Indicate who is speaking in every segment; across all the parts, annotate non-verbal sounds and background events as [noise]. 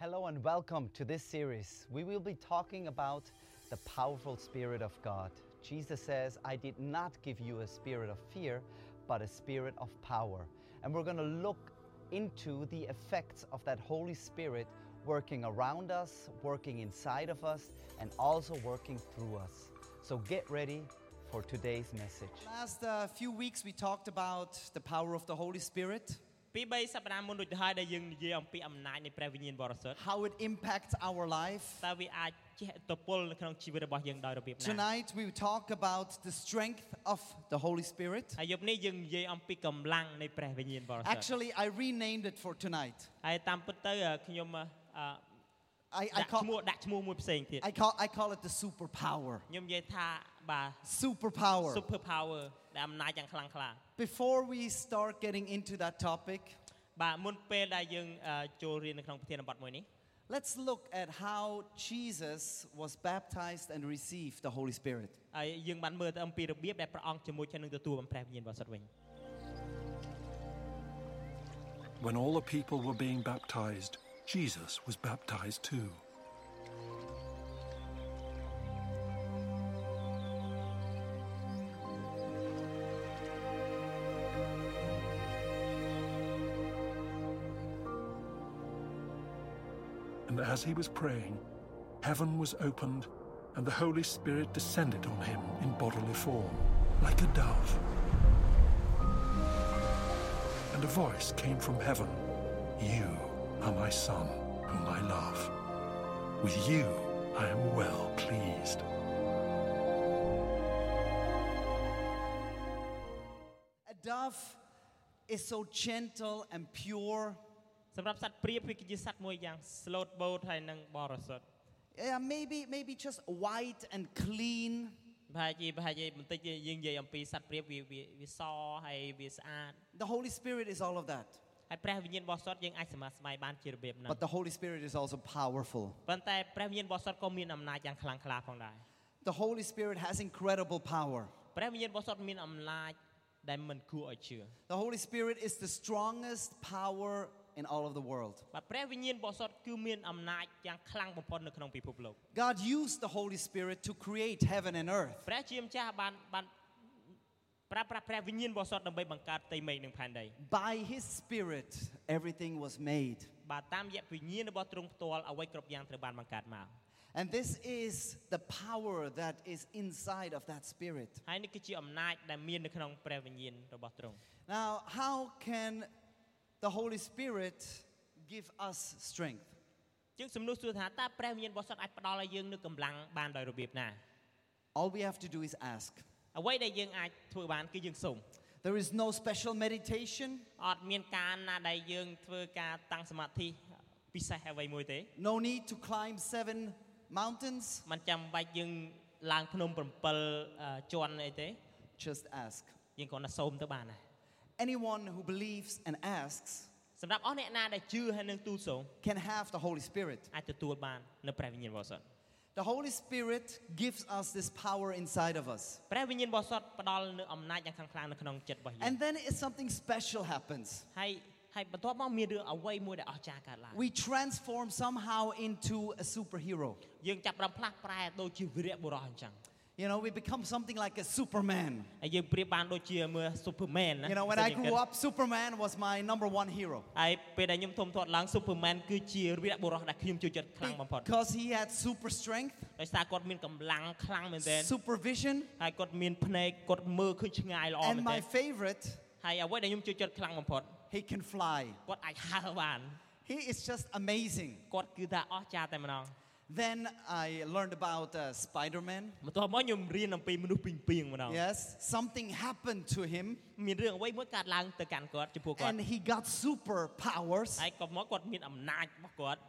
Speaker 1: Hello and welcome to this series. We will be talking about the powerful Spirit of God. Jesus says, I did not give you a spirit of fear, but a spirit of power. And we're going to look into the effects of that Holy Spirit working around us, working inside of us, and also working through us. So get ready for today's message.
Speaker 2: Last uh, few weeks, we talked about the power of the Holy Spirit,
Speaker 3: ពី3សប្តាហ៍មុនដូចទៅហើយដែលយើងនិយាយអំពីអំណាចនៃព្រះវិញ្ញាណបរិសុទ្ធ
Speaker 2: how it impacts our life.
Speaker 3: តើវាអាចជះឥទ្ធិពលនៅក្នុងជីវិតរបស់យើងដោយរបៀបណា
Speaker 2: Tonight, we will talk about the strength of the Holy Spirit.
Speaker 3: ហើយយប់នេះយើងនិយាយអំពីកម្លាំងនៃព្រះវិញ្ញាណបរិសុទ្ធ
Speaker 2: Actually, I renamed it for tonight.
Speaker 3: ហើយតាមពិតទៅអ่ะខ្ញុំអ่ะអ่ะ
Speaker 2: I,
Speaker 3: ដា
Speaker 2: I,
Speaker 3: ក់ឈ្មោះ
Speaker 2: call,
Speaker 3: ដាក់ឈ្មោះមួយផ្សេងទៀត
Speaker 2: I, call, I call it the superpower.
Speaker 3: ខ្ញុំនិយាយថាបាទ
Speaker 2: Superpower.
Speaker 3: super power ដែលអំណាចយ៉ាងខ្លាំងក្លា
Speaker 2: Before we start getting into that topic,
Speaker 3: បាទមុនពេលដែលយើងអ่ะចូលរៀននៅក្នុងប្រធានបទមួយនេះ
Speaker 2: let's look at how Jesus was baptized and received the Holy Spirit.
Speaker 3: ហើយយើងបានមើលទៅអំពីរបៀបដែលព្រះអង្គជាមួយនឹងទទួលបំព្រះវិញ្ញាណបរិសុទ្ធវិញ
Speaker 4: When all the people were being baptized, Jesus was baptized too. And as he was praying, heaven was opened, and the Holy Spirit descended on him in bodily form, like a dove. And a voice came from heaven You are my Son, whom I love. With you I am well pleased.
Speaker 2: A dove is so gentle and pure.
Speaker 3: សម្រាប់សត្វព្រាបវាគឺជាសត្វមួយយ៉ាង slow boat ហើយនឹងបរិសុទ្ធ
Speaker 2: Yeah, maybe, maybe just white and clean.
Speaker 3: ប្រហែលជាប្រហែលជាបន្តិចយើងនិយាយអំពីសត្វព្រាបវាវាវាសហើយវាស្អាត
Speaker 2: The Holy Spirit is all of that.
Speaker 3: ហើយព្រះវិញ្ញាណបរិសុទ្ធយើងអាចសម្អាតស្បែកបានជារបៀបហ្នឹង
Speaker 2: But the Holy Spirit is also powerful.
Speaker 3: ប៉ុន្តែព្រះវិញ្ញាណបរិសុទ្ធក៏មានអំណាចយ៉ាងខ្លាំងក្លាផងដែរ
Speaker 2: The Holy Spirit has incredible power.
Speaker 3: ព្រះវិញ្ញាណបរិសុទ្ធមានអំណាចដែលមិនគួរឲ្យជឿ
Speaker 2: The Holy Spirit is the strongest power in all of the world.
Speaker 3: បាទព្រះវិញ្ញាណបរិសុទ្ធគឺមានអំណាចយ៉ាងខ្លាំងបំផុតនៅក្នុងពិភពលោក
Speaker 2: God used the Holy Spirit to create heaven and earth.
Speaker 3: ព្រះជាម្ចាស់បានបានប្រើប្រាស់ព្រះវិញ្ញាណបរិសុទ្ធដើម្បីបង្កើតផ្ទៃមេឃនិងផែនដី
Speaker 2: By His Spirit, everything was made.
Speaker 3: បាទតាមរយៈវិញ្ញាណរបស់ទ្រង់ផ្ទាល់អ្វីគ្រប់យ៉ាងត្រូវបានបង្កើតមក
Speaker 2: And this is the power that is inside of that Spirit.
Speaker 3: ហើយនេះគឺជាអំណាចដែលមាននៅក្នុងព្រះវិញ្ញាណរបស់ទ្រង់
Speaker 2: Now, how can the Holy Spirit give us strength?
Speaker 3: យើងសំណួរសួរថាតើព្រះវិញ្ញាណបរិសុទ្ធអាចផ្ដល់ឲ្យយើងនូវកម្លាំងបានដោយរបៀបណា
Speaker 2: All we have to do is ask.
Speaker 3: អ្វីដែលយើងអាចធ្វើបានគឺយើងសុំ
Speaker 2: There is no special meditation,
Speaker 3: អត់មានការណាដែលយើងធ្វើការតាំងសមាធិពិសេសអ្វីមួយទេ
Speaker 2: no need to climb seven mountains.
Speaker 3: មិនចាំបាច់យើងឡើងភ្នំ7ជាន់អីទេ
Speaker 2: Just ask.
Speaker 3: យើងគ្រាន់តែសុំទៅបានណា
Speaker 2: Anyone who believes and asks
Speaker 3: សម្រាប់អស់អ្នកណាដែលជឿហើយនឹងទូលសូម
Speaker 2: can have the Holy Spirit.
Speaker 3: អាចទទួលបាននៅព្រះវិញ្ញាណបរិសុទ្ធ
Speaker 2: The Holy Spirit gives us this power inside of us.
Speaker 3: ព្រះវិញ្ញាណបរិសុទ្ធផ្ដល់នូវអំណាចយ៉ាងខ្លាំងក្លានៅក្នុងចិត្តរបស់យើង
Speaker 2: And then it's something special happens.
Speaker 3: ហើយហើយបន្ទាប់មកមានរឿងអ្វីមួយដែលអស្ចារ្យកើតឡើង
Speaker 2: We transform somehow into a superhero.
Speaker 3: យើងចាប់ផ្ដើមផ្លាស់ប្រែដូចជាវីរៈបុរសអញ្ចឹង
Speaker 2: You know, we become something like a Superman.
Speaker 3: ហើយយើងប្រៀបបានដូចជាមួយ Superman ណា
Speaker 2: You know, when I grew up, Superman was my number one hero
Speaker 3: ហើយពេលដែលខ្ញុំធំធាត់ឡើង Superman គឺជាវីរៈបុរសដែលខ្ញុំចូលចិត្តខ្លាំងបំផុត
Speaker 2: because he had super strength,
Speaker 3: ដោយសារគាត់មានកម្លាំងខ្លាំងមែនទែន
Speaker 2: supervision,
Speaker 3: ហើយគាត់មានភ្នែកគាត់មើលឃើញឆ្ងាយល្អមែ
Speaker 2: and
Speaker 3: នទែ
Speaker 2: my
Speaker 3: ន
Speaker 2: favorite,
Speaker 3: ហើយអ្វីដែលខ្ញុំចូលចិត្តខ្លាំងបំផុត
Speaker 2: he can fly.
Speaker 3: គាត់អាចហើរបាន
Speaker 2: He is just amazing.
Speaker 3: គាត់គឺថាអស្ចារ្យតែម្ដង
Speaker 2: Then I learned about uh, Spider Man.
Speaker 3: បន្ទាប់មកខ្ញុំរៀនអំពីមនុស្សពីងពីងម្ដង
Speaker 2: Yes, something happened to him
Speaker 3: មានរឿងអ្វីមួយកើតឡើងទៅកាន់គាត់ចំពោះគាត់
Speaker 2: and he got superpowers,
Speaker 3: ហើយក៏មកគាត់មានអំណាចរបស់គាត់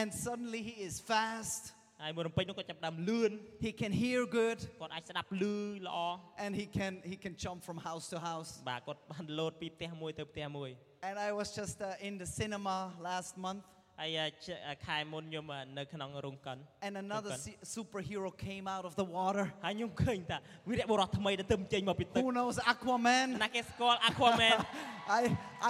Speaker 2: and suddenly he is fast,
Speaker 3: ហើយមួយរំពេចនោះគាត់ចាប់ផ្ដើមលឿន
Speaker 2: he can hear good,
Speaker 3: គាត់អាចស្ដាប់ឮល្អ
Speaker 2: and he can, he can jump from house to house.
Speaker 3: បាទគាត់បានលោតពីផ្ទះមួយទៅផ្ទះមួយ
Speaker 2: And I was just uh, in the cinema last month,
Speaker 3: ហើយអ่ะជអ่ะខែមុនខ្ញុំអ่ะនៅក្នុងរោងកុន
Speaker 2: and another
Speaker 3: រោងកុន
Speaker 2: se- superhero came out of the water.
Speaker 3: ហើយខ្ញុំឃើញថាវីរៈបុរសថ្មីដែលទើបចេញមកពីទឹក
Speaker 2: Who knows Aquaman?
Speaker 3: ណាគេស្គាល់ Aquaman
Speaker 2: I,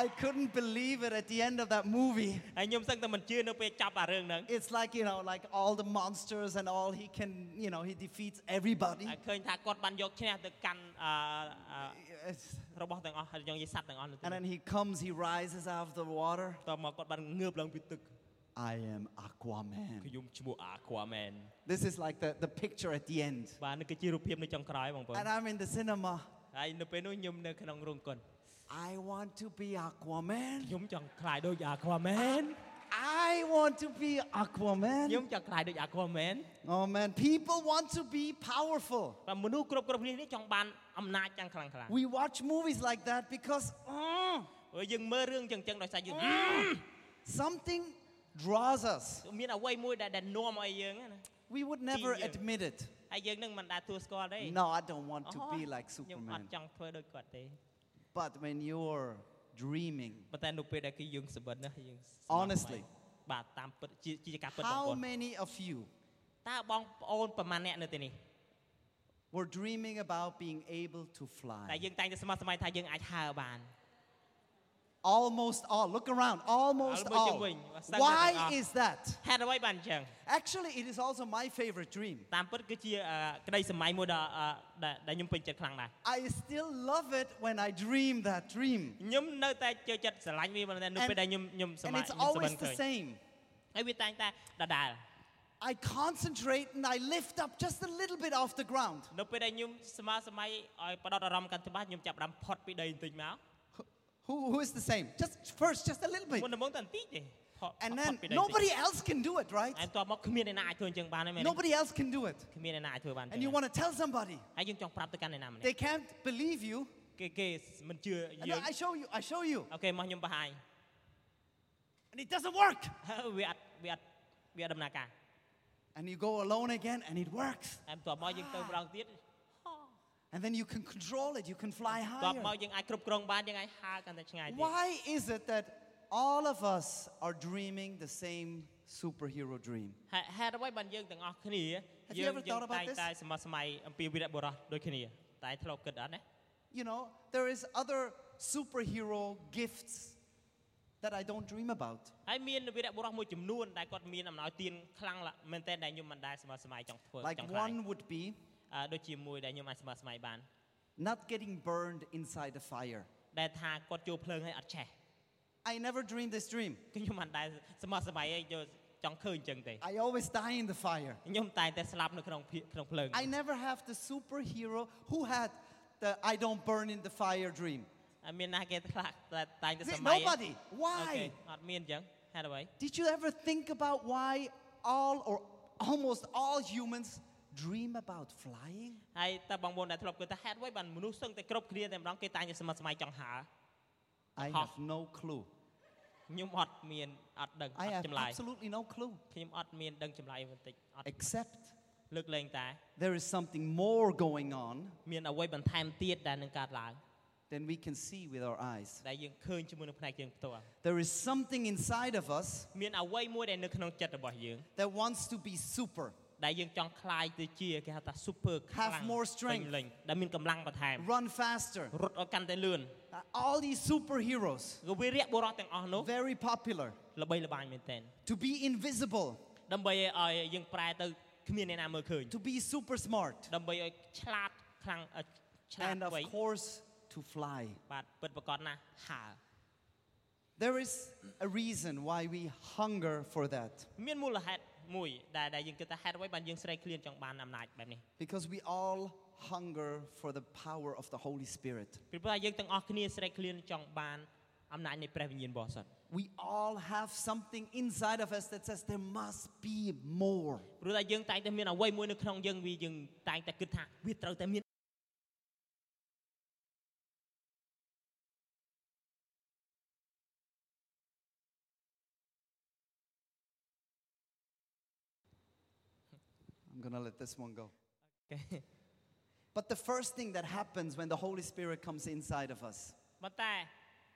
Speaker 2: I couldn't believe it at the end of that movie.
Speaker 3: ហើយខ្ញុំសឹងតែមិនជឿនៅពេលចប់អារឿងហ្នឹង
Speaker 2: It's like, you know, like all the monsters and all, he can, you know, he defeats everybody.
Speaker 3: ហើយឃើញថាគាត់បានយកឈ្នះទៅកាន់អអឺ
Speaker 2: It's-
Speaker 3: របស់ទាំងអស់ហើយយើងនិយាយសត្វទាំងអស់នៅទី
Speaker 2: And
Speaker 3: នោះ
Speaker 2: then he comes, he rises out of the water.
Speaker 3: តមកគាត់បានងើបឡើងពីទឹក
Speaker 2: I am Aquaman.
Speaker 3: ខ្ញុំឈ្មោះ Aquaman
Speaker 2: This is like the, the picture at the end.
Speaker 3: បាទនេះគឺជារូបភាពនៅចុងក្រោយបងប្អូន
Speaker 2: And I'm in the cinema.
Speaker 3: ហើយនៅពេលនោះខ្ញុំនៅក្នុងរោងកុន
Speaker 2: I want to be Aquaman.
Speaker 3: ខ្ញុំចង់ខ្លាយដូច Aquaman
Speaker 2: I want to be
Speaker 3: ខ្ញុំ
Speaker 2: Aquaman.
Speaker 3: ចង់ខ្លាយដូច Aquaman
Speaker 2: Oh man, people want to be powerful.
Speaker 3: តែមនុស្សគ្រប់គ្រប់គ្នានេះចង់បានអំណាចយ៉ាងខ្លាំងខ្លាំង
Speaker 2: We watch movies like that because mm,
Speaker 3: ហើយយើងមើលរឿងចឹងចឹងដោយសារយើង
Speaker 2: something draws us.
Speaker 3: មានអ្វីមួយដែលដែលនាំឲ្យយើងហ្នឹងណា
Speaker 2: We would never
Speaker 3: Genius.
Speaker 2: admit it.
Speaker 3: ហើយយើងនឹងមិនដែលទួស្គាល់ទេ
Speaker 2: No, I don't want to
Speaker 3: អូ
Speaker 2: be like
Speaker 3: ខ្ញុំអ
Speaker 2: Superman.
Speaker 3: ត់ចង់ធ្វើដូចគាត់ទេ
Speaker 2: But when you're dreaming,
Speaker 3: ប៉ុន្តែនៅពេលដែលគេយើងសម្បិតណាយើង
Speaker 2: Honestly.
Speaker 3: បាទតាមពិតជាជាការពិតបងប្អូ
Speaker 2: how
Speaker 3: ន
Speaker 2: many of you
Speaker 3: តើបងប្អូនប្រមាណអ្នកនៅទីនេះ
Speaker 2: were dreaming about being able to
Speaker 3: តែ
Speaker 2: fly?
Speaker 3: យើងតែងតែស្មោះស្ម័យថាយើងអាចហើរបាន
Speaker 2: Almost all. Look around. Almost
Speaker 3: Almost
Speaker 2: all.
Speaker 3: yung wing. Basta
Speaker 2: Why
Speaker 3: lahat ng-
Speaker 2: is that?
Speaker 3: ហេតុអ្វីបានអញ្ចឹង
Speaker 2: Actually, it is also my favorite dream.
Speaker 3: តាមពិតគឺជាអឺក្តីសម័យមួយដ៏អឺដែលដែលខ្ញុំពេញចិត្តខ្លាំងដែរ
Speaker 2: I still love it when I dream that dream.
Speaker 3: ខ្ញុំនៅតែចូលចិត្តស្រឡាញ់វាប៉ុន្តែនៅ
Speaker 2: And-
Speaker 3: ពេលដែលខ្ញុំខ្ញុំសម័យ
Speaker 2: And it's
Speaker 3: ខ្ញុំសម្បិ
Speaker 2: always
Speaker 3: នឃើ
Speaker 2: the
Speaker 3: ញ
Speaker 2: same.
Speaker 3: ហើយវាតែងតែដដែល
Speaker 2: I concentrate and I lift up just a little bit off the ground.
Speaker 3: នៅពេលដែលខ្ញុំស្មោះស្ម័យឲ្យបដោតអារម្មណ៍កាន់ច្បាស់ខ្ញុំចាប់ផ្ដើមផុតពីដីបន្តិចមក
Speaker 2: Who, who is the same? Just first, just a little bit.
Speaker 3: មុនដំបូងតែបន្តិចទេផុត
Speaker 2: And
Speaker 3: ផុត
Speaker 2: then
Speaker 3: ពីដីបន្តិច
Speaker 2: nobody else can do it, right?
Speaker 3: ហើយបន្តោះមកគ្មានអ្នកណាអាចធ្វើអញ្ចឹងបានទេមែនទេ
Speaker 2: Nobody else can do it.
Speaker 3: គ្មានអ្នកណាអាចធ្វើបានទេ
Speaker 2: And you want to tell somebody.
Speaker 3: ហើយយើងចង់ប្រាប់ទៅកាន់អ្នកណាម្នាក់
Speaker 2: They can't believe you.
Speaker 3: គេគេមិនជឿ
Speaker 2: And
Speaker 3: យើង
Speaker 2: I show you, I show you.
Speaker 3: អូខេមកខ្ញុំបង្ហាញ [laughs]
Speaker 2: And it doesn't work.
Speaker 3: ហើយវាអត់វាអត់វាអត់ដំណើរការ
Speaker 2: And you go alone again and it works.
Speaker 3: ហើយបន្ទាប់មកយើងទៅម្ដងទៀត
Speaker 2: And then you can control it. You can fly
Speaker 3: បន្ទាប់មក
Speaker 2: higher.
Speaker 3: យើងអាចគ្រប់គ្រងបានយើងអាចហើរកាន់តែឆ្ងាយទៀត
Speaker 2: Why is it that all of us are dreaming the same superhero dream?
Speaker 3: ហើយហេតុអ្វីបានយើងទាំងអស់គ្នា
Speaker 2: Have you
Speaker 3: យើង
Speaker 2: ever
Speaker 3: យើង
Speaker 2: thought about
Speaker 3: តែង
Speaker 2: this?
Speaker 3: តែសម័យសម័យអំពីវីរៈបុរសដូចគ្នាតែធ្លាប់គិតអត់ណា
Speaker 2: You know, there is other superhero gifts that I don't dream about.
Speaker 3: ហើយមានវីរៈបុរសមួយចំនួនដែលគាត់មានអំណោយទានខ្លាំងឡាមែនតើដែលខ្ញុំមិនដែលសម័យសម័យចង់ធ្វើ
Speaker 2: Like
Speaker 3: ចង់ខ្លាយ
Speaker 2: one would be
Speaker 3: អឺដូចជាមួយដែលខ្ញុំអាចសម័យសម័យបាន
Speaker 2: not getting burned inside a fire.
Speaker 3: ដែលថាគាត់ចូលភ្លើងហើយអត់ឆេះ [laughs]
Speaker 2: I never dreamed this dream.
Speaker 3: ខ្ញុំមិនដែលសម័យសម័យឯងយកចង់ឃើញអញ្ចឹងទេ
Speaker 2: I always die in the fire.
Speaker 3: ខ្ញុំតែងតែស្លាប់នៅក្នុងភៀក្នុងភ្លើង
Speaker 2: I never have the superhero who had the I don't burn in the fire dream.
Speaker 3: អត់មានណាគេខ្លះតែតែងតែ
Speaker 2: See,
Speaker 3: សម័យ
Speaker 2: nobody.
Speaker 3: អូខេ
Speaker 2: Why?
Speaker 3: អត់មានអញ្ចឹងហេតុអ្វី
Speaker 2: Did you ever think about why all or almost all humans dream about flying?
Speaker 3: ហើយតើបងប្អូនដែលធ្លាប់គិតថាហេតុអ្វីបានមនុស្សសឹងតែគ្រប់គ្នាតែម្ដងគេតែងតែសម័យសម័យចង់ហើរ
Speaker 2: I
Speaker 3: Huh.
Speaker 2: have no clue.
Speaker 3: ខ្ញុំអត់មានអត់ដឹងអ
Speaker 2: I
Speaker 3: ត់
Speaker 2: have
Speaker 3: ចម្លើយ
Speaker 2: absolutely no clue.
Speaker 3: ខ្ញុំអត់មានដឹងចម្លើយបន្តិចអត់
Speaker 2: Except
Speaker 3: លើកលែងតែ
Speaker 2: there is something more going on
Speaker 3: មានអ្វីបន្ថែមទៀតដែលនឹងកើតឡើង
Speaker 2: than we can see with our eyes.
Speaker 3: ដែលយើងឃើញជាមួយនឹងផ្នែកយើងផ្ទាល់
Speaker 2: There is something inside of us
Speaker 3: មានអ្វីមួយដែលនៅក្នុងចិត្តរបស់យើង
Speaker 2: that wants to be super,
Speaker 3: ដែលយើងចង់ខ្លាយទៅជាគេហៅថា super ខ្លាំង
Speaker 2: more strength.
Speaker 3: ពេញលេញដែលមានកម្លាំងបន្ថែម
Speaker 2: run faster.
Speaker 3: រត់ឲ្យកាន់តែលឿន
Speaker 2: Uh, All these superheroes,
Speaker 3: គឺវីរៈបុរសទាំងអស់នោះ
Speaker 2: very popular,
Speaker 3: ល្បីល្បាញមែនទែន
Speaker 2: to be invisible,
Speaker 3: ដើម្បីឲ្យយើងប្រែទៅគ្មានអ្នកណាមើលឃើញ
Speaker 2: to be super smart,
Speaker 3: ដើម្បីឲ្យឆ្លាតខ្លាំងអឺឆ្លាត
Speaker 2: and of
Speaker 3: ໄວ
Speaker 2: course, to fly.
Speaker 3: បាទពិតប្រកបណាស់ហើរ
Speaker 2: There is a reason why we hunger for that,
Speaker 3: មានមូលហេតុមួយដែលដែលយើងគិតថាហេតុអ្វីបានយើងស្រេកឃ្លានចង់បានអំណាចបែបនេះ
Speaker 2: because we all hunger for the power of the Holy Spirit.
Speaker 3: ពីព្រោះថាយើងទាំងអស់គ្នាស្រេកឃ្លានចង់បានអំណាចនៃព្រះវិញ្ញាណបរិសុទ្ធ
Speaker 2: We all have something inside of us that says there must be more.
Speaker 3: ព្រោះថាយើងតែងតែមានអ្វីមួយនៅក្នុងយើងវាយើងតែងតែគិតថាវាត្រូវតែមាន
Speaker 2: I'm going to let this one go. But the first thing that happens when the Holy Spirit comes inside of us
Speaker 3: ប៉ុន្តែ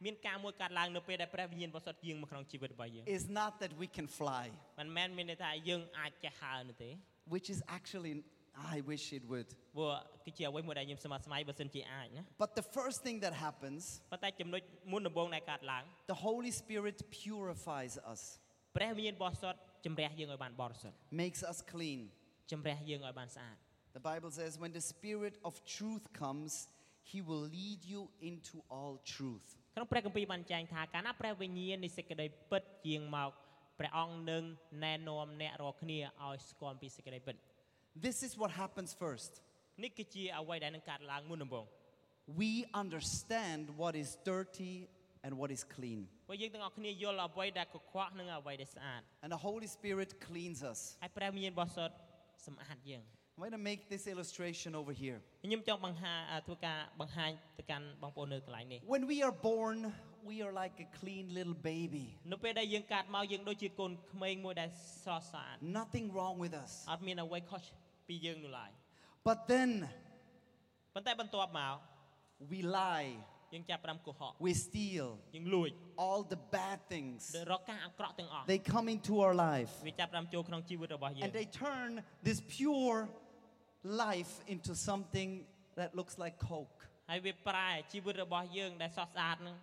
Speaker 3: មានការមួយកើតឡើងនៅពេលដែលព្រះវិញ្ញាណបរិសុទ្ធយាងមកក្នុងជីវិតរបស់យើង
Speaker 2: is not that we can fly,
Speaker 3: មិនមែនមានន័យថាយើងអាចចេះហើរនោះទេ
Speaker 2: which is actually I wish it would.
Speaker 3: ព្រោះគឺជាអ្វីមួយដែលខ្ញុំស្មោះស្ម័គ្របើសិនជាអាចណា
Speaker 2: But the first thing that happens,
Speaker 3: ប៉ុន្តែចំណុចមុនដំបូងដែលកើតឡើង
Speaker 2: the Holy Spirit purifies us,
Speaker 3: ព្រះវិញ្ញាណបរិសុទ្ធជំរះយើងឲ្យបានបរិសុទ្ធ
Speaker 2: makes us clean.
Speaker 3: ជំរះយើងឲ្យបានស្អាត
Speaker 2: The Bible says, when the Spirit of truth comes, he will lead you into all truth.
Speaker 3: ក្នុងព្រះគម្ពីរបានចែងថាកាលណាព្រះវិញ្ញាណនៃសេចក្តីពិតយាងមកព្រះអង្គនឹងណែនាំអ្នករាល់គ្នាឲ្យស្គាល់ពីសេចក្តីពិត
Speaker 2: This is what happens first.
Speaker 3: នេះគឺជាអ្វីដែលនឹងកើតឡើងមុនដំបូង
Speaker 2: We understand what is dirty and what is clean.
Speaker 3: ព្រោះយើងទាំងអស់គ្នាយល់អ្វីដែលកខ្វក់និងអ្វីដែលស្អាត
Speaker 2: And the Holy Spirit cleans us.
Speaker 3: ហើយព្រះវិញ្ញាណបរិសុទ្ធសម្អាតយើង
Speaker 2: I'm going to make this illustration over here.
Speaker 3: ខ្ញុំចង់បង្ហាញធ្វើការបង្ហាញទៅកាន់បងប្អូននៅកន្លែងនេះ
Speaker 2: When we are born, we are like a clean little baby.
Speaker 3: នៅពេលដែលយើងកើតមកយើងដូចជាកូនក្មេងមួយដែលស្រស់ស្អាត
Speaker 2: Nothing wrong with us.
Speaker 3: អត់មានអ្វីខុសពីយើងនោះឡើយ
Speaker 2: But then
Speaker 3: ប៉ុន្តែបន្ទាប់មក
Speaker 2: we lie,
Speaker 3: យើងចាប់ផ្ដើមកុហក
Speaker 2: we steal,
Speaker 3: យើងលួច
Speaker 2: all the bad things.
Speaker 3: រកការអាក្រក់ទាំងអស់
Speaker 2: They come into our life
Speaker 3: វាចាប់ផ្ដើមចូលក្នុងជីវិតរបស់យើង
Speaker 2: and they turn this pure life into something that looks like Coke.
Speaker 3: ហើយវាប្រែជីវិតរបស់យើងដែលស្រស់ស្អាតហ្នឹង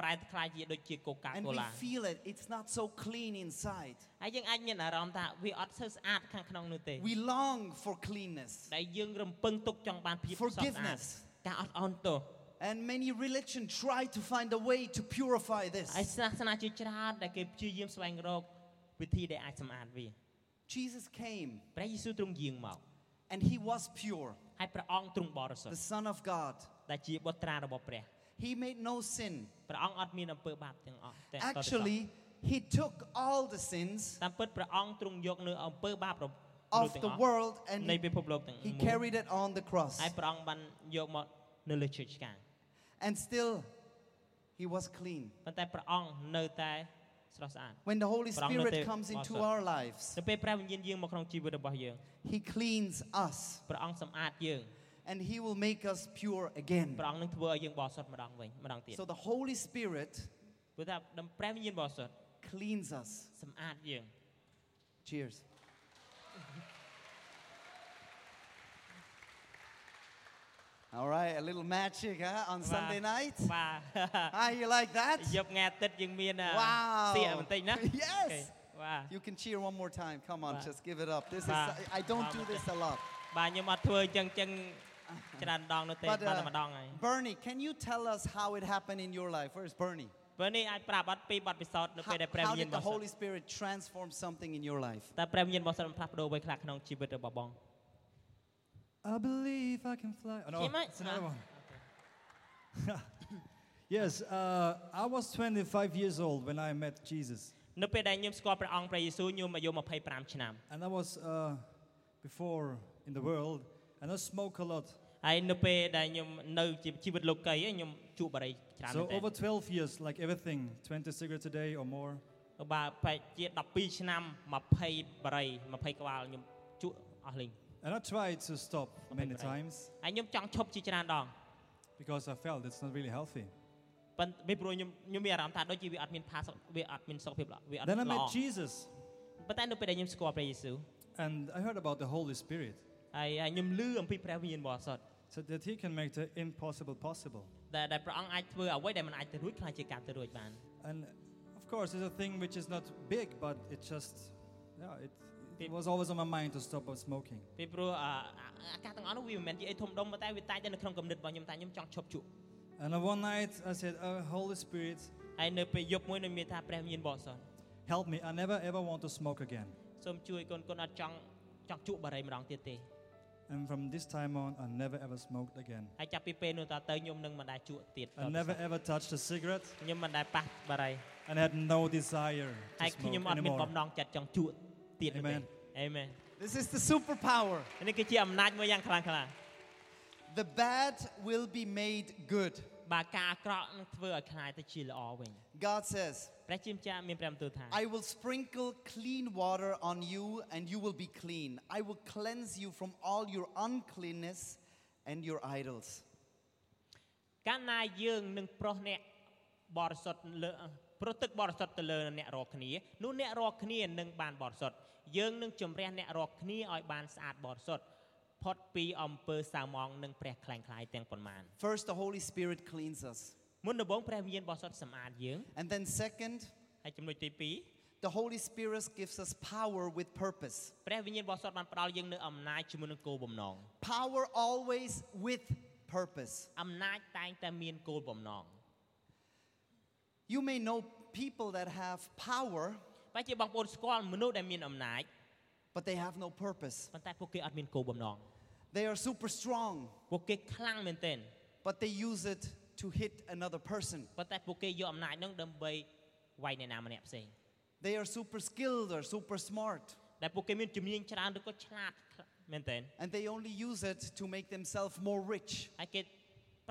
Speaker 3: ប្រែទៅខ្លាយជាដូចជាកូកា
Speaker 2: And
Speaker 3: កូ
Speaker 2: we
Speaker 3: ឡា
Speaker 2: feel it. It's not so clean inside.
Speaker 3: ហើយយើងអាចមានអារម្មណ៍ថាវាអត់សូវស្អាតខាងក្នុងនោះទេ
Speaker 2: We long for cleanness.
Speaker 3: ដែលយើងរំពឹងទុកចង់បានភាពស្រស់ស្អាត
Speaker 2: Forgiveness
Speaker 3: ការអត់អន់ទោស
Speaker 2: And many religions try to find a way to purify this.
Speaker 3: ហើយសាសនាជាច្រើនដែលគេព្យាយាមស្វែងរកវិធីដែលអាចសម្អាតវា
Speaker 2: Jesus came
Speaker 3: ព្រះយេស៊ូវទ្រង់យាងមក
Speaker 2: and he was pure,
Speaker 3: ហើយព្រះអង្គទ្រង់បរិសុ
Speaker 2: the
Speaker 3: ទ្ធ
Speaker 2: Son of God.
Speaker 3: ដែលជាបុត្រារបស់ព្រះ
Speaker 2: He made no sin.
Speaker 3: ព្រះអង្គអត់មានអំពើបាបទាំងអស់តែតទៅសោះ
Speaker 2: Actually, he took all the sins
Speaker 3: តាមពិតព្រះអង្គទ្រង់យកនៅអំពើបាបរបស់មនុស្ស
Speaker 2: of
Speaker 3: ទាំង
Speaker 2: the
Speaker 3: អស់
Speaker 2: world and
Speaker 3: នៃ
Speaker 2: he,
Speaker 3: ពិភពលោកទាំង
Speaker 2: he
Speaker 3: មូល
Speaker 2: carried it on the cross.
Speaker 3: ហើយព្រះអង្គបានយកមកនៅលើឈើឆ្កាង
Speaker 2: And still, he was clean.
Speaker 3: ប៉ុន្តែព្រះអង្គនៅតែស្រស់ស្អាត
Speaker 2: When the Holy
Speaker 3: But I'm not there.
Speaker 2: Spirit comes into
Speaker 3: Awesome.
Speaker 2: our lives,
Speaker 3: ទៅពេលព្រះវិញ្ញាណយាងមកក្នុងជីវិតរបស់យើង
Speaker 2: he cleans us
Speaker 3: ព្រះអង្គសម្អាតយើង
Speaker 2: and he will make us pure again.
Speaker 3: ព្រះអង្គនឹងធ្វើឲ្យយើងបរិសុទ្ធម្ដងវិញម្ដងទៀត
Speaker 2: So the Holy Spirit
Speaker 3: ព្រោះថាដំព្រះវិញ្ញាណបរិសុទ្ធ
Speaker 2: cleans us.
Speaker 3: សម្អាតយើង
Speaker 2: Cheers. All right, a little magic huh, on Sunday
Speaker 3: [laughs]
Speaker 2: night.
Speaker 3: បាទ
Speaker 2: Ah, you like that?
Speaker 3: យប់ថ្ងៃអាទិត្យយើងមានអ่ะ
Speaker 2: Wow.
Speaker 3: ទៀកបន្តិចណា
Speaker 2: [laughs] Yes.
Speaker 3: អូខេបាទ
Speaker 2: You can cheer one more time. Come on,
Speaker 3: Wow.
Speaker 2: just give it up. This is
Speaker 3: Wow.
Speaker 2: I don't
Speaker 3: Wow,
Speaker 2: do
Speaker 3: okay.
Speaker 2: this a lot.
Speaker 3: បាទខ្ញុំអត់ធ្វើអញ្ចឹងអញ្ចឹង
Speaker 2: [laughs]
Speaker 3: ច្រើនដងនោះទេបា
Speaker 2: But
Speaker 3: ន
Speaker 2: uh,
Speaker 3: តែម្ដងហើយ
Speaker 2: Bernie, can you tell us how it happened in your life? Where's Bernie?
Speaker 3: ព្រោះនេះអាចប្រាប់អត់ពីបទពិសោធន៍នៅ
Speaker 2: How,
Speaker 3: ពេលដែលព្រះ
Speaker 2: how
Speaker 3: វិញ្ញាណ
Speaker 2: did
Speaker 3: ប
Speaker 2: the
Speaker 3: រិសុទ្ធ
Speaker 2: Holy Spirit transform something in your life?
Speaker 3: តែព្រះវិញ្ញាណបរិសុទ្ធបានផ្លាស់ប្ដូរអ្វីខ្លះក្នុងជីវិតរបស់បង
Speaker 5: I believe I can fly. Oh, no,
Speaker 3: Kim, I-
Speaker 5: it's another
Speaker 3: ah,
Speaker 5: one. yes, uh, I was 25 years old when I met Jesus,
Speaker 3: នៅពេលដែលខ្ញុំស្គាល់ព្រះអង្គព្រះយេស៊ូវខ្ញុំអាយុ25ឆ្នាំ
Speaker 5: and I was uh, before in the world, and I smoke a lot.
Speaker 3: ហើយនៅពេលដែលខ្ញុំនៅជីជីវិតលោកីឯងខ្ញុំជួបបារីច្រើនមែ
Speaker 5: So
Speaker 3: ន
Speaker 5: over
Speaker 3: ទ
Speaker 5: 12 years, like everything, 20 cigarettes a day or more.
Speaker 3: ែបាទប្រហែលជា12ឆ្នាំ20បារី20ក្បាលខ្ញុំជួបអស់លេង
Speaker 5: And I tried to stop many
Speaker 3: right.
Speaker 5: times
Speaker 3: ហើយខ្ញុំចង់ឈប់ជាច្រើនដង
Speaker 5: because I felt it's not really healthy.
Speaker 3: ប៉ុន្តែព្រោះខ្ញុំខ្ញុំមានអារម្មណ៍ថាដូចជាវាអត់មានផាសុខវាអត់មានសុខភាពល្អវាអត់ល
Speaker 5: Then I
Speaker 3: ល្អ
Speaker 5: met Jesus,
Speaker 3: ប៉ុន្តែនៅពេលដែលខ្ញុំស្គាល់ព្រះយេស៊ូវ
Speaker 5: and I heard about the Holy Spirit,
Speaker 3: ហើយហើយខ្ញុំលឺអំពីព្រះវិញ្ញាណបរិសុទ្ធ
Speaker 5: so that He can make the impossible possible.
Speaker 3: ដែលដែលព្រះអង្គអាចធ្វើអ្វីដែលមិនអាចទៅរួចខ្លាចជាការទៅរួចបាន
Speaker 5: And of course, it's a thing which is not big, but it just, yeah, it, it
Speaker 3: Big.
Speaker 5: was always on my mind to stop smoking.
Speaker 3: ពីព្រោះអអាការទាំងអស់នោះវាមិនមែនជាអីធំដុំប៉ុន្តែវាតែងតែនៅក្នុងគំនិតរបស់ខ្ញុំថាខ្ញុំចង់ឈប់ជក់
Speaker 5: And then one night I said, oh, Holy Spirit,
Speaker 3: ហើយនៅពេលយប់មួយនឹងមានថាព្រះវិញ្ញាណបរិសុទ្ធ
Speaker 5: help me. I never ever want to smoke again.
Speaker 3: សូមជួយកូនកូនអត់ចង់ចង់ជក់បារីម្ដងទៀតទេ
Speaker 5: And from this time on, I never ever smoked again.
Speaker 3: ហើយចាប់ពីពេលនោះតទៅខ្ញុំនឹងមិនដែលជក់ទៀតត
Speaker 5: I
Speaker 3: ទៅ
Speaker 5: never ever touched a cigarette
Speaker 3: ខ្ញុំមិនដែលប៉ះបារី
Speaker 5: and had no desire
Speaker 3: ហើ
Speaker 5: to
Speaker 3: យខ្ញុំអត់
Speaker 5: smoke
Speaker 3: មាន
Speaker 5: anymore.
Speaker 3: បំណងចិត្តចង់ជក់ទៀតនោះទេ
Speaker 5: Amen.
Speaker 3: អេមែន
Speaker 2: This is the superpower.
Speaker 3: នេះគឺជាអំណាចមួយយ៉ាងខ្លាំងខ្លា
Speaker 2: The bad will be made good.
Speaker 3: បាទការអាក្រក់នឹងធ្វើឲ្យខ្លាយទៅជាល្អវិញ
Speaker 2: God says,
Speaker 3: ព្រះជាម្ចាស់មានព្រះបន្ទូលថា
Speaker 2: I will sprinkle clean water on you, and you will be clean. I will cleanse you from all your uncleanness and your idols.
Speaker 3: កាលណាយើងនឹងប្រោះអ្នកបរិសុទ្ធលើប្រោះទឹកបរិសុទ្ធទៅលើអ្នករាល់គ្នានោះអ្នករាល់គ្នានឹងបានបរិសុទ្ធយើងនឹងជំរះអ្នករាល់គ្នាឲ្យបានស្អាតបរិសុទ្ធ ផុតពីអំពើសាមង់និងព្រះខ្លាំងខ្លាយទាំងប៉ុន្មាន
Speaker 2: First, the Holy Spirit cleans us.
Speaker 3: មុនដំបូងព្រះវិញ្ញាណបរិសុទ្ធសម្អាតយើង
Speaker 2: And then, second,
Speaker 3: ហើយចំណុចទី
Speaker 2: the Holy Spirit gives us power with purpose.
Speaker 3: 2ព្រះវិញ្ញាណបរិសុទ្ធបានផ្ដល់យើងនូវអំណាចជាមួយនឹងគោលបំណង
Speaker 2: Power always with purpose.
Speaker 3: អំណាចតែងតែមានគោលបំណង
Speaker 2: You may know people that have power,
Speaker 3: បែរជាបងប្អូនស្គាល់មនុស្សដែលមានអំណាច
Speaker 2: but they have no purpose.
Speaker 3: ប៉ុន្តែពួកគេអត់មានគោលបំណង
Speaker 2: They are super strong,
Speaker 3: ពួកគេខ្លាំងមែនទែន
Speaker 2: but they use it to hit another person.
Speaker 3: ប៉ុន្តែពួកគេយកអំណាចនឹងដើម្បីវាយអ្នកណាម្នាក់ផ្សេង
Speaker 2: They are super skilled or super smart,
Speaker 3: ដែលពួកគេមានជំនាញច្រើនឬក៏ឆ្លាតខ្លាំងមែនទែន
Speaker 2: and they only use it to make themselves more rich.
Speaker 3: ហើយគេ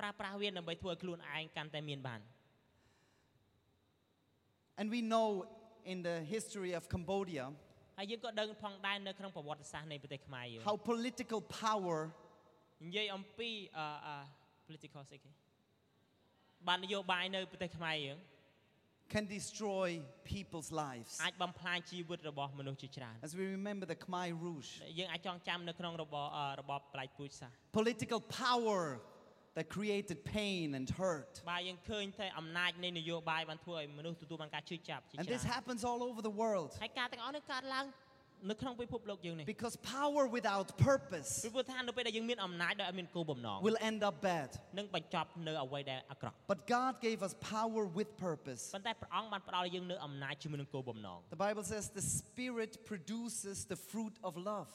Speaker 3: ប្រើប្រាស់វាដើម្បីធ្វើឲ្យខ្លួនឯងកាន់តែមានបាន
Speaker 2: And we know in the history of Cambodia
Speaker 3: ហើយយើងក៏ដឹងផងដែរនៅក្នុងប្រវត្តិសាស្ត្រនៃប្រទេសខ្មែរយើង
Speaker 2: how political power
Speaker 3: និយាយអំពីអឺអឺ political ស្អីគេបាននយោបាយនៅប្រទេសខ្មែរយើង
Speaker 2: can destroy people's lives.
Speaker 3: អាចបំផ្លាញជីវិតរបស់មនុស្សជាច្រើន
Speaker 2: As we remember the Khmer Rouge,
Speaker 3: យើងអាចចងចាំនៅក្នុងរបបអឺរបបប្លែកពូជសាសន៍
Speaker 2: political power that created pain and hurt.
Speaker 3: បាទយើងឃើញថាអំណាចនៃនយោបាយបានធ្វើឲ្យមនុស្សទទួលបានការជឿចាប់ជា
Speaker 2: And
Speaker 3: ច្រើ
Speaker 2: this
Speaker 3: ន
Speaker 2: happens all over the world
Speaker 3: ហើយការទាំងអស់នេះកើតឡើងនៅក្នុងពិភពលោកយើងនេះ
Speaker 2: because power without purpose
Speaker 3: ពីព្រោះថានៅពេលដែលយើងមានអំណាចដោយអត់មានគោលបំណង
Speaker 2: will end up bad.
Speaker 3: នឹងបញ្ចប់នៅអ្វីដែលអាក្រក់
Speaker 2: But God gave us power with purpose.
Speaker 3: ប៉ុន្តែព្រះអង្គបានផ្ដល់យើងនៅអំណាចជាមួយនឹងគោលបំណង
Speaker 2: The Bible says the Spirit produces the fruit of love.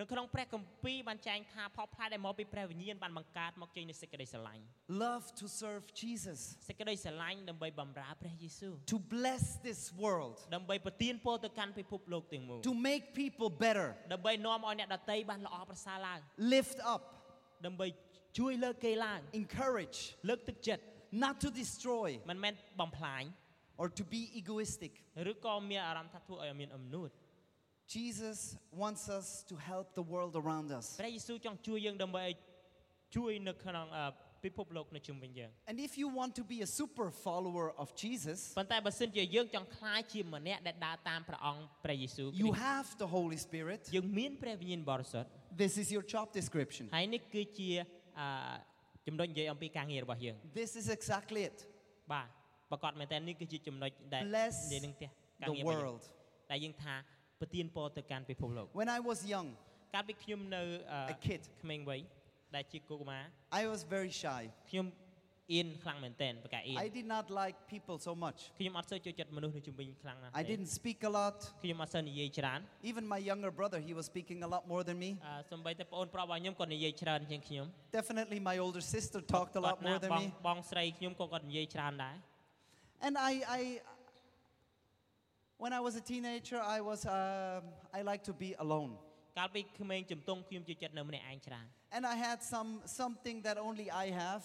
Speaker 3: នៅក្នុងព្រះគម្ពីរបានចែងថាផលផ្លែដែលមកពីព្រះវិញ្ញាណបានបង្កើតមកចេញនូវសេចក្តីស្រឡាញ់
Speaker 2: Love to serve Jesus,
Speaker 3: សេចក្តីស្រឡាញ់ដើម្បីបម្រើព្រះយេស៊ូវ
Speaker 2: to bless this world,
Speaker 3: ដើម្បីប្រទានពរទៅកាន់ពិភពលោកទាំងមូល
Speaker 2: to make people better,
Speaker 3: ដើម្បីនាំឲ្យអ្នកដតីបានល្អប្រសើរឡើង
Speaker 2: lift up,
Speaker 3: ដើម្បីជួយលើកគេឡើង
Speaker 2: encourage,
Speaker 3: លើកទឹកចិត្ត
Speaker 2: not to destroy
Speaker 3: មិនមែនបំផ្លាញ
Speaker 2: or to be egoistic.
Speaker 3: ឬក៏មានអារម្មណ៍ថាធ្វើឲ្យមានអំនួត
Speaker 2: Jesus wants us to help the world around us.
Speaker 3: ព្រះយេស៊ូវចង់ជួយយើងដើម្បីឲ្យជួយនៅក្នុងអឺពិភពលោកនៅជុំវិញយើង
Speaker 2: And if you want to be a super follower of Jesus,
Speaker 3: ប៉ុន្តែបើសិនជាយើងចង់ខ្លាយជាម្នាក់ដែលដើរតាមព្រះអង្គព្រះយេស៊ូវគ្រី
Speaker 2: you
Speaker 3: ស្ទ
Speaker 2: have the Holy Spirit.
Speaker 3: យើងមានព្រះវិញ្ញាណបរិសុទ្ធ
Speaker 2: This is your job description.
Speaker 3: ហើយនេះគឺជាអឺចំណុចនិយាយអំពីការងាររបស់យើង
Speaker 2: This is exactly it.
Speaker 3: បាទប្រកាសមែនតើនេះគឺជាចំណុចដែល
Speaker 2: Bless
Speaker 3: និយាយនឹងផ្ទះការ
Speaker 2: The
Speaker 3: ងាររបស់យើង
Speaker 2: world.
Speaker 3: ដែលយើងថាប្រទានពរទៅកាន់ពិភពលោក
Speaker 2: When I was young,
Speaker 3: កាលពីខ្ញុំនៅអ
Speaker 2: a
Speaker 3: ឺ
Speaker 2: kid,
Speaker 3: ក្មេងវ័យដែលជាកុមារ
Speaker 2: I was very shy.
Speaker 3: ខ្ញុំអៀនខ្លាំងមែនតើប្រកាសអៀន
Speaker 2: I did not like people so much.
Speaker 3: ខ្ញុំអត់សូវចូលចិត្តមនុស្សនៅជុំវិញខ្លាំងណាស់
Speaker 2: I
Speaker 3: ទេ
Speaker 2: didn't speak a lot.
Speaker 3: ខ្ញុំអត់សូវនិយាយច្រើន
Speaker 2: Even my younger brother, he was speaking a lot more than me.
Speaker 3: អឺសំបីតែប្អូនប្រុសរបស់ខ្ញុំគាត់និយាយច្រើនជាងខ្ញុំ
Speaker 2: Definitely, my older sister talked a
Speaker 3: គាត់
Speaker 2: lot
Speaker 3: ណា
Speaker 2: more than
Speaker 3: បង
Speaker 2: me.
Speaker 3: បងស្រីខ្ញុំក៏គាត់និយាយច្រើនដែរ
Speaker 2: And I, I when I was a teenager, I was, um I like to be alone.
Speaker 3: កាលពីក្មេងជំទង់ខ្ញុំចូលចិត្តនៅម្នាក់ឯងច្រើន
Speaker 2: And I had some something that only I have.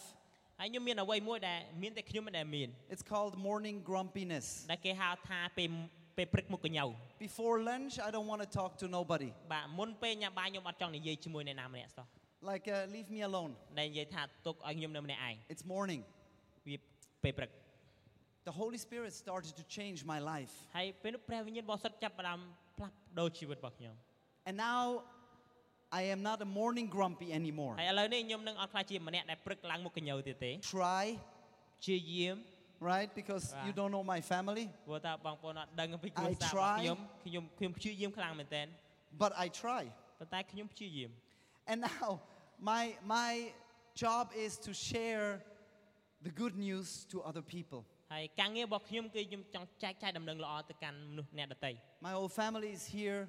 Speaker 3: ហើយខ្ញុំមានអ្វីមួយដែលមានតែខ្ញុំមិនដែលមាន
Speaker 2: It's called morning grumpiness.
Speaker 3: ដែលគេហៅថាពេលពេលព្រឹកមុខកញ្ញៅ
Speaker 2: Before lunch, I don't want to talk to nobody.
Speaker 3: បាទមុនពេលញ៉ាំបាយខ្ញុំអត់ចង់និយាយជាមួយអ្នកណាម្នាក់សោះ
Speaker 2: Like, uh, leave me alone.
Speaker 3: ដែលនិយាយថាទុកឲ្យខ្ញុំនៅម្នាក់ឯង
Speaker 2: It's morning.
Speaker 3: វាពេលព្រឹក
Speaker 2: The Holy Spirit started to change my life.
Speaker 3: ហើយពេលនោះព្រះវិញ្ញាណបរិសុទ្ធចាប់ផ្ដើមផ្លាស់ប្ដូរជីវិតរបស់ខ្ញុំ
Speaker 2: And now I am not a morning grumpy anymore.
Speaker 3: ហើយឥឡូវនេះខ្ញុំនឹងអត់ខ្លាចជាម្នាក់ដែលព្រឹកឡើងមុខកញ្ញៅទៀតទេ
Speaker 2: Try,
Speaker 3: ជាយាម
Speaker 2: right? Because you
Speaker 3: Right.
Speaker 2: don't know my family,
Speaker 3: ព្រោះថាបងប្អូនអត់ដឹងអំពីគ្រួ
Speaker 2: I
Speaker 3: សាររបស់
Speaker 2: try.
Speaker 3: ខ្ញុំខ្ញុំខ្ញុំព្យាយាមខ្លាំងមែនទែន
Speaker 2: but I try.
Speaker 3: ប៉ុន្តែខ្ញុំព្យាយាម
Speaker 2: And now my my job is to share the good news to other people.
Speaker 3: ហើយការងាររបស់ខ្ញុំគឺខ្ញុំចង់ចែកចាយដំណឹងល្អទៅកាន់មនុស្សអ្នកដទៃ
Speaker 2: My whole family is here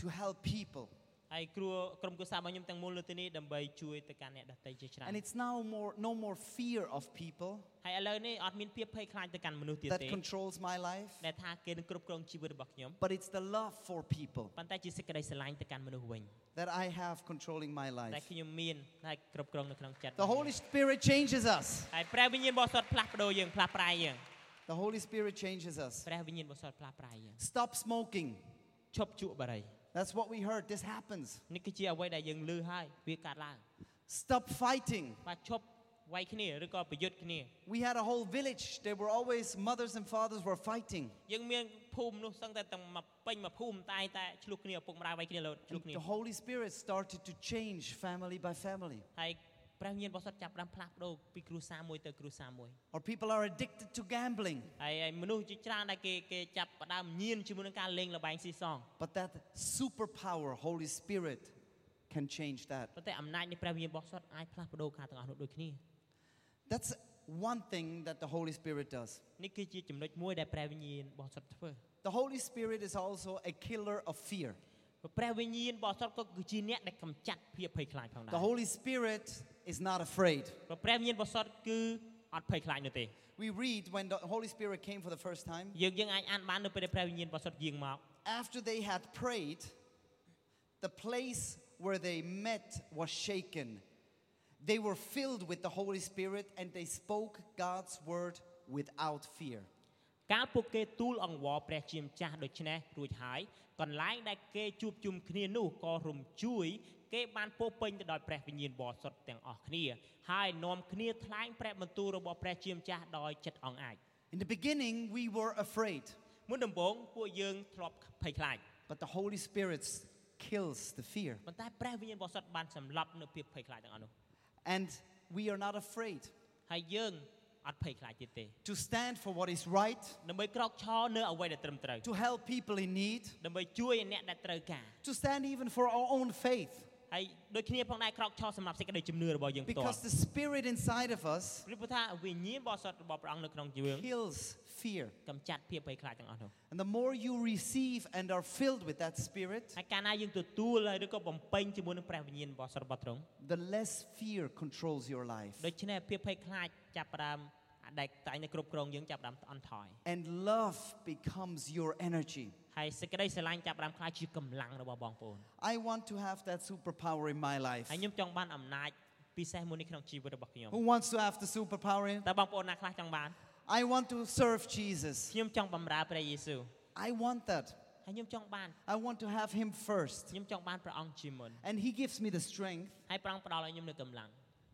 Speaker 2: to help people.
Speaker 3: ហើយគ្រួក្រុមគ្រួសាររបស់ខ្ញុំទាំងមូលនៅទីនេះដើម្បីជួយទៅកាន់អ្នកដទៃជាច្រើន
Speaker 2: And it's now more no more fear of people
Speaker 3: ហើយឥឡូវនេះអត់មានភាពភ័យខ្លាចទៅកាន់មនុស្សទៀត
Speaker 2: that
Speaker 3: ទេ
Speaker 2: controls my life,
Speaker 3: ដែលថាគេនឹងគ្រប់គ្រងជីវិតរបស់ខ្ញុំ
Speaker 2: but it's the love for people
Speaker 3: ប៉ុន្តែជាសេចក្តីស្រឡាញ់ទៅកាន់មនុស្សវិញ
Speaker 2: that I have controlling my
Speaker 3: តែល
Speaker 2: life.
Speaker 3: ខ្ញុំមានតែគ្រប់គ្រងនៅក្នុងចិត្ត
Speaker 2: The Holy Spirit changes us.
Speaker 3: ហើយព្រះវិញ្ញាណបរិសុទ្ធផ្លាស់ប្ដូរយើងផ្លាស់ប្រែយើង
Speaker 2: The Holy Spirit changes us.
Speaker 3: ព្រះវិញ្ញាណបរិសុទ្ធផ្លាស់ប្រែយើង
Speaker 2: Stop smoking.
Speaker 3: ឈប់ជក់បារី
Speaker 2: That's what we heard. This happens.
Speaker 3: នេះគឺជាអ្វីដែលយើងលើហើយវាកើតឡើង
Speaker 2: Stop fighting.
Speaker 3: បាទឈប់ វាយគ្នាឬក៏ប្រយុទ្ធគ្នា
Speaker 2: We had a whole village. There were always mothers and fathers were fighting.
Speaker 3: យើងមានភូមិនោះសឹងតែទាំងមកពេញមកភូមិតែងតែឆ្លោះគ្នាឪពុកម្ដាយវាយគ្នាលោតឆ្លោះ
Speaker 2: And
Speaker 3: គ្នា
Speaker 2: the Holy Spirit started to change family by family.
Speaker 3: ហើយព្រះញាណរបស់សត្វចាប់ផ្ដើមផ្លាស់ប្ដូរពីគ្រួសារមួយទៅគ្រួសារមួយ
Speaker 2: Or people are addicted to gambling,
Speaker 3: ហើយហើយមនុស្សជាច្រើនដែលគេគេចាប់ផ្ដើមញៀនជាមួយនឹងការលេងលបែងស៊ីសង
Speaker 2: but that superpower, Holy Spirit, can change that.
Speaker 3: ប៉ុន្តែអំណាចនៃព្រះវិញ្ញាណរបស់សត្វអាចផ្លាស់ប្ដូរការទាំងអស់នោះដូចគ្នា
Speaker 2: That's one thing that the Holy Spirit does.
Speaker 3: នេះគឺជាចំណុចមួយដែលព្រះវិញ្ញាណរបស់សត្វធ្វើ
Speaker 2: The Holy Spirit is also a killer of fear.
Speaker 3: ព្រះវិញ្ញាណរបស់សត្វក៏គឺជាអ្នកដែលកម្ចាត់ភាពភ័យខ្លាចផងដែរ
Speaker 2: The Holy Spirit is not afraid.
Speaker 3: ព្រោះព្រះវិញ្ញាណរបស់សត្វគឺអត់ភ័យខ្លាចនោះទេ
Speaker 2: We read when the Holy Spirit came for the first time,
Speaker 3: យើងយើងអាចអានបាននៅពេលដែលព្រះវិញ្ញាណរបស់សត្វយាងមក
Speaker 2: after they had prayed, the place where they met was shaken. They were filled with the Holy Spirit and they spoke God's word without fear.
Speaker 3: កាលពួកគេទូលអង្វរព្រះជាម្ចាស់ដូច្នេះរួចហើយកន្លែងដែលគេជួបជុំគ្នានោះក៏រំជួយ គេបានពោរពេញទៅដោយព្រះវិញ្ញាណបរិសុទ្ធទាំងអស់គ្នាហើយនាំគ្នាថ្លែងព្រះបន្ទូលរបស់ព្រះជាម្ចាស់ដោយចិត្តអង្អាច
Speaker 2: In the beginning, we were afraid,
Speaker 3: មុនដំបូងពួកយើងធ្លាប់ភ័យខ្លាច
Speaker 2: but the Holy Spirit s- kills the fear.
Speaker 3: ប៉ុន្តែព្រះវិញ្ញាណបរិសុទ្ធបានសម្លាប់នូវភាពភ័យខ្លាចទាំងអស់នោះ
Speaker 2: And we are not afraid
Speaker 3: ហើយយើងអត់ភ័យខ្លាចទៀតទេ
Speaker 2: to stand for what is right,
Speaker 3: ដើម្បីក្រោកឈរនៅអ្វីដែលត្រឹមត្រូវ
Speaker 2: to help people in need,
Speaker 3: ដើម្បីជួយអ្នកដែលត្រូវការ
Speaker 2: to stand even for our own faith.
Speaker 3: ហើយដូចគ្នាផងដែរក្រោកឈរសម្រាប់សេចក្តីជំនឿរបស់យើងផ្ទាល់
Speaker 2: Because the Spirit inside of us
Speaker 3: ព្រះពុទ្ធថាវិញ្ញាណបរិសុទ្ធរបស់ព្រះអង្គនៅក្នុងជីវិត
Speaker 2: kills fear.
Speaker 3: កំចាត់ភាពភ័យខ្លាចទាំងអស់នោះ
Speaker 2: And the more you receive and are filled with that spirit,
Speaker 3: ហើយកាលណាយើងទទួលហើយឬក៏បំពេញជាមួយនឹងព្រះវិញ្ញាណបរិសុទ្ធរបស់ទ្រង់
Speaker 2: the less fear controls your life.
Speaker 3: ដូច្នេះភាពភ័យខ្លាចចាប់ផ្ដើមអដែកតែងនៅគ្រប់គ្រងយើងចាប់ផ្ដើមអន់ថយ
Speaker 2: And love becomes your energy.
Speaker 3: ហើយសេចក្តីស្រឡាញ់ចាប់ផ្ដើមខ្លាចជាកម្លាំងរបស់បងប្អូន
Speaker 2: I want to have that superpower in my life.
Speaker 3: ហើយខ្ញុំចង់បានអំណាចពិសេសមួយនេះក្នុងជីវិតរបស់ខ្ញុំ
Speaker 2: Who wants to have the superpower? in-
Speaker 3: តើបងប្អូនណាខ្លះចង់បាន
Speaker 2: I want to serve Jesus.
Speaker 3: ខ្ញុំចង់បម្រើព្រះយេស៊ូវ
Speaker 2: I want that.
Speaker 3: ហើយខ្ញុំចង់បាន
Speaker 2: I want to have Him first.
Speaker 3: ខ្ញុំចង់បានព្រះអង្គជាមុន
Speaker 2: And He gives me the strength
Speaker 3: ហើយព្រះអង្គផ្ដល់ឲ្យខ្ញុំនូវកម្លាំង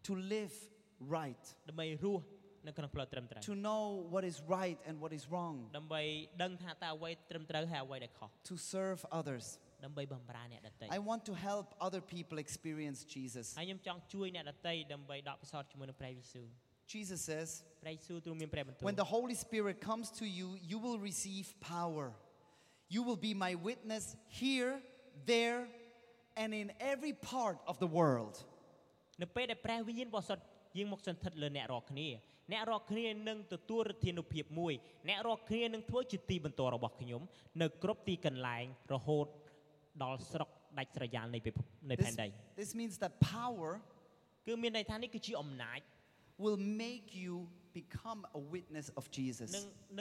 Speaker 2: to live right,
Speaker 3: ដើម្បីរស់នៅក្នុងផ្លូវត្រឹមត្រូវ
Speaker 2: to know what is right and what is wrong,
Speaker 3: ដើម្បីដឹងថាតើអ្វីត្រឹមត្រូវហើយអ្វីដែលខុស
Speaker 2: to serve others.
Speaker 3: ដើម្បីបំរើអ្នកដទៃ
Speaker 2: I want to help other people experience Jesus.
Speaker 3: ហើយខ្ញុំចង់ជួយអ្នកដទៃដើម្បីដកពិសោធន៍ជាមួយនឹងព្រះយេស៊ូវ
Speaker 2: Jesus says,
Speaker 3: ព្រះយេស៊ូវទ្រង់មានព្រះបន្ទូល
Speaker 2: When the Holy Spirit comes to you, you will receive power. You will be my witness here, there, and in every part of the world.
Speaker 3: នៅពេលដែលព្រះវិញ្ញាណបរិសុទ្ធយាងមកសន្ធិដ្ឋលើអ្នករាល់គ្នាអ្នករាល់គ្នានឹងទទួលឫទ្ធានុភាពមួយអ្នករាល់គ្នានឹងធ្វើជាទីបន្ទាល់របស់ខ្ញុំ នៅគ្រប់ទីកន្លែងរហូតដល់ស្រុកដាច់ស្រយាលនៃពិភពនៃផែ
Speaker 2: This,
Speaker 3: នដី
Speaker 2: this means that power
Speaker 3: គឺមានន័យថានេះគឺជាអំណាច
Speaker 2: will make you become a witness of
Speaker 3: នឹង
Speaker 2: Jesus.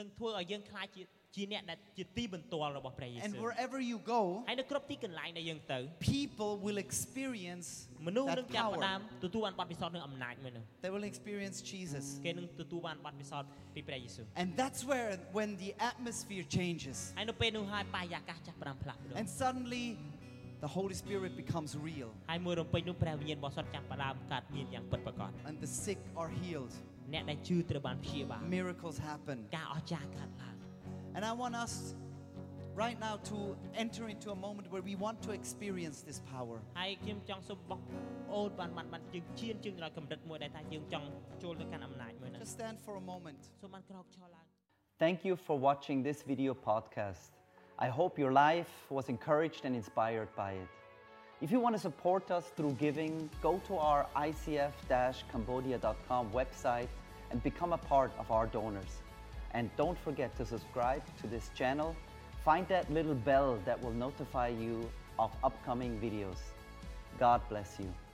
Speaker 3: នឹងធ្វើឲ្យយើងខ្លាចជាជាអ្នកដែលជាទីបន្ទាល់របស់ព្រះយេស៊ូ
Speaker 2: And
Speaker 3: វ
Speaker 2: wherever you go,
Speaker 3: ហើយនៅគ្រប់ទីកន្លែងដែលយើងទៅ
Speaker 2: people will experience
Speaker 3: មនុស្សនឹង
Speaker 2: that
Speaker 3: ចាប់ផ្ដើ
Speaker 2: power.
Speaker 3: មទទួលបានបទពិសោធន៍នឹងអំណាចមួយនោះ
Speaker 2: They will experience Jesus.
Speaker 3: គេនឹងទទួលបានបទពិសោធន៍ពីព្រះយេស៊ូវ
Speaker 2: And that's where, when the atmosphere changes,
Speaker 3: ហើយនៅពេលនោះហើយបរិយាកាសចាប់ផ្ដើមផ្លាស់ប្ដូរ
Speaker 2: and suddenly the Holy Spirit becomes real,
Speaker 3: ហើយមួយរំពេចនោះព្រះវិញ្ញាណបរិសុទ្ធចាប់ផ្ដើមកើតមានយ៉ាងពិតប្រាកដ
Speaker 2: and the sick are healed.
Speaker 3: អ្នកដែលជឿត្រូវបានព្យាបាល
Speaker 2: miracles happen.
Speaker 3: ការអស្ចារ្យកើតឡើង
Speaker 2: And I want us right now to enter into a moment where we want to experience this power.
Speaker 3: ហើយខ្ញុំចង់សូមបងប្អូនបានបានបានជើងជៀនជើងដល់កម្រិតមួយដែលថាយើងចង់ចូលទៅកាន់អំណាចមួយនោះ
Speaker 2: Just stand for a moment.
Speaker 3: សូមបានក្រោកឈរឡើង
Speaker 1: Thank you for watching this video podcast. I hope your life was encouraged and inspired by it. If you want to support us through giving, go to our icf-cambodia.com website and become a part of our donors. And don't forget to subscribe to this channel. Find that little bell that will notify you of upcoming videos. God bless you.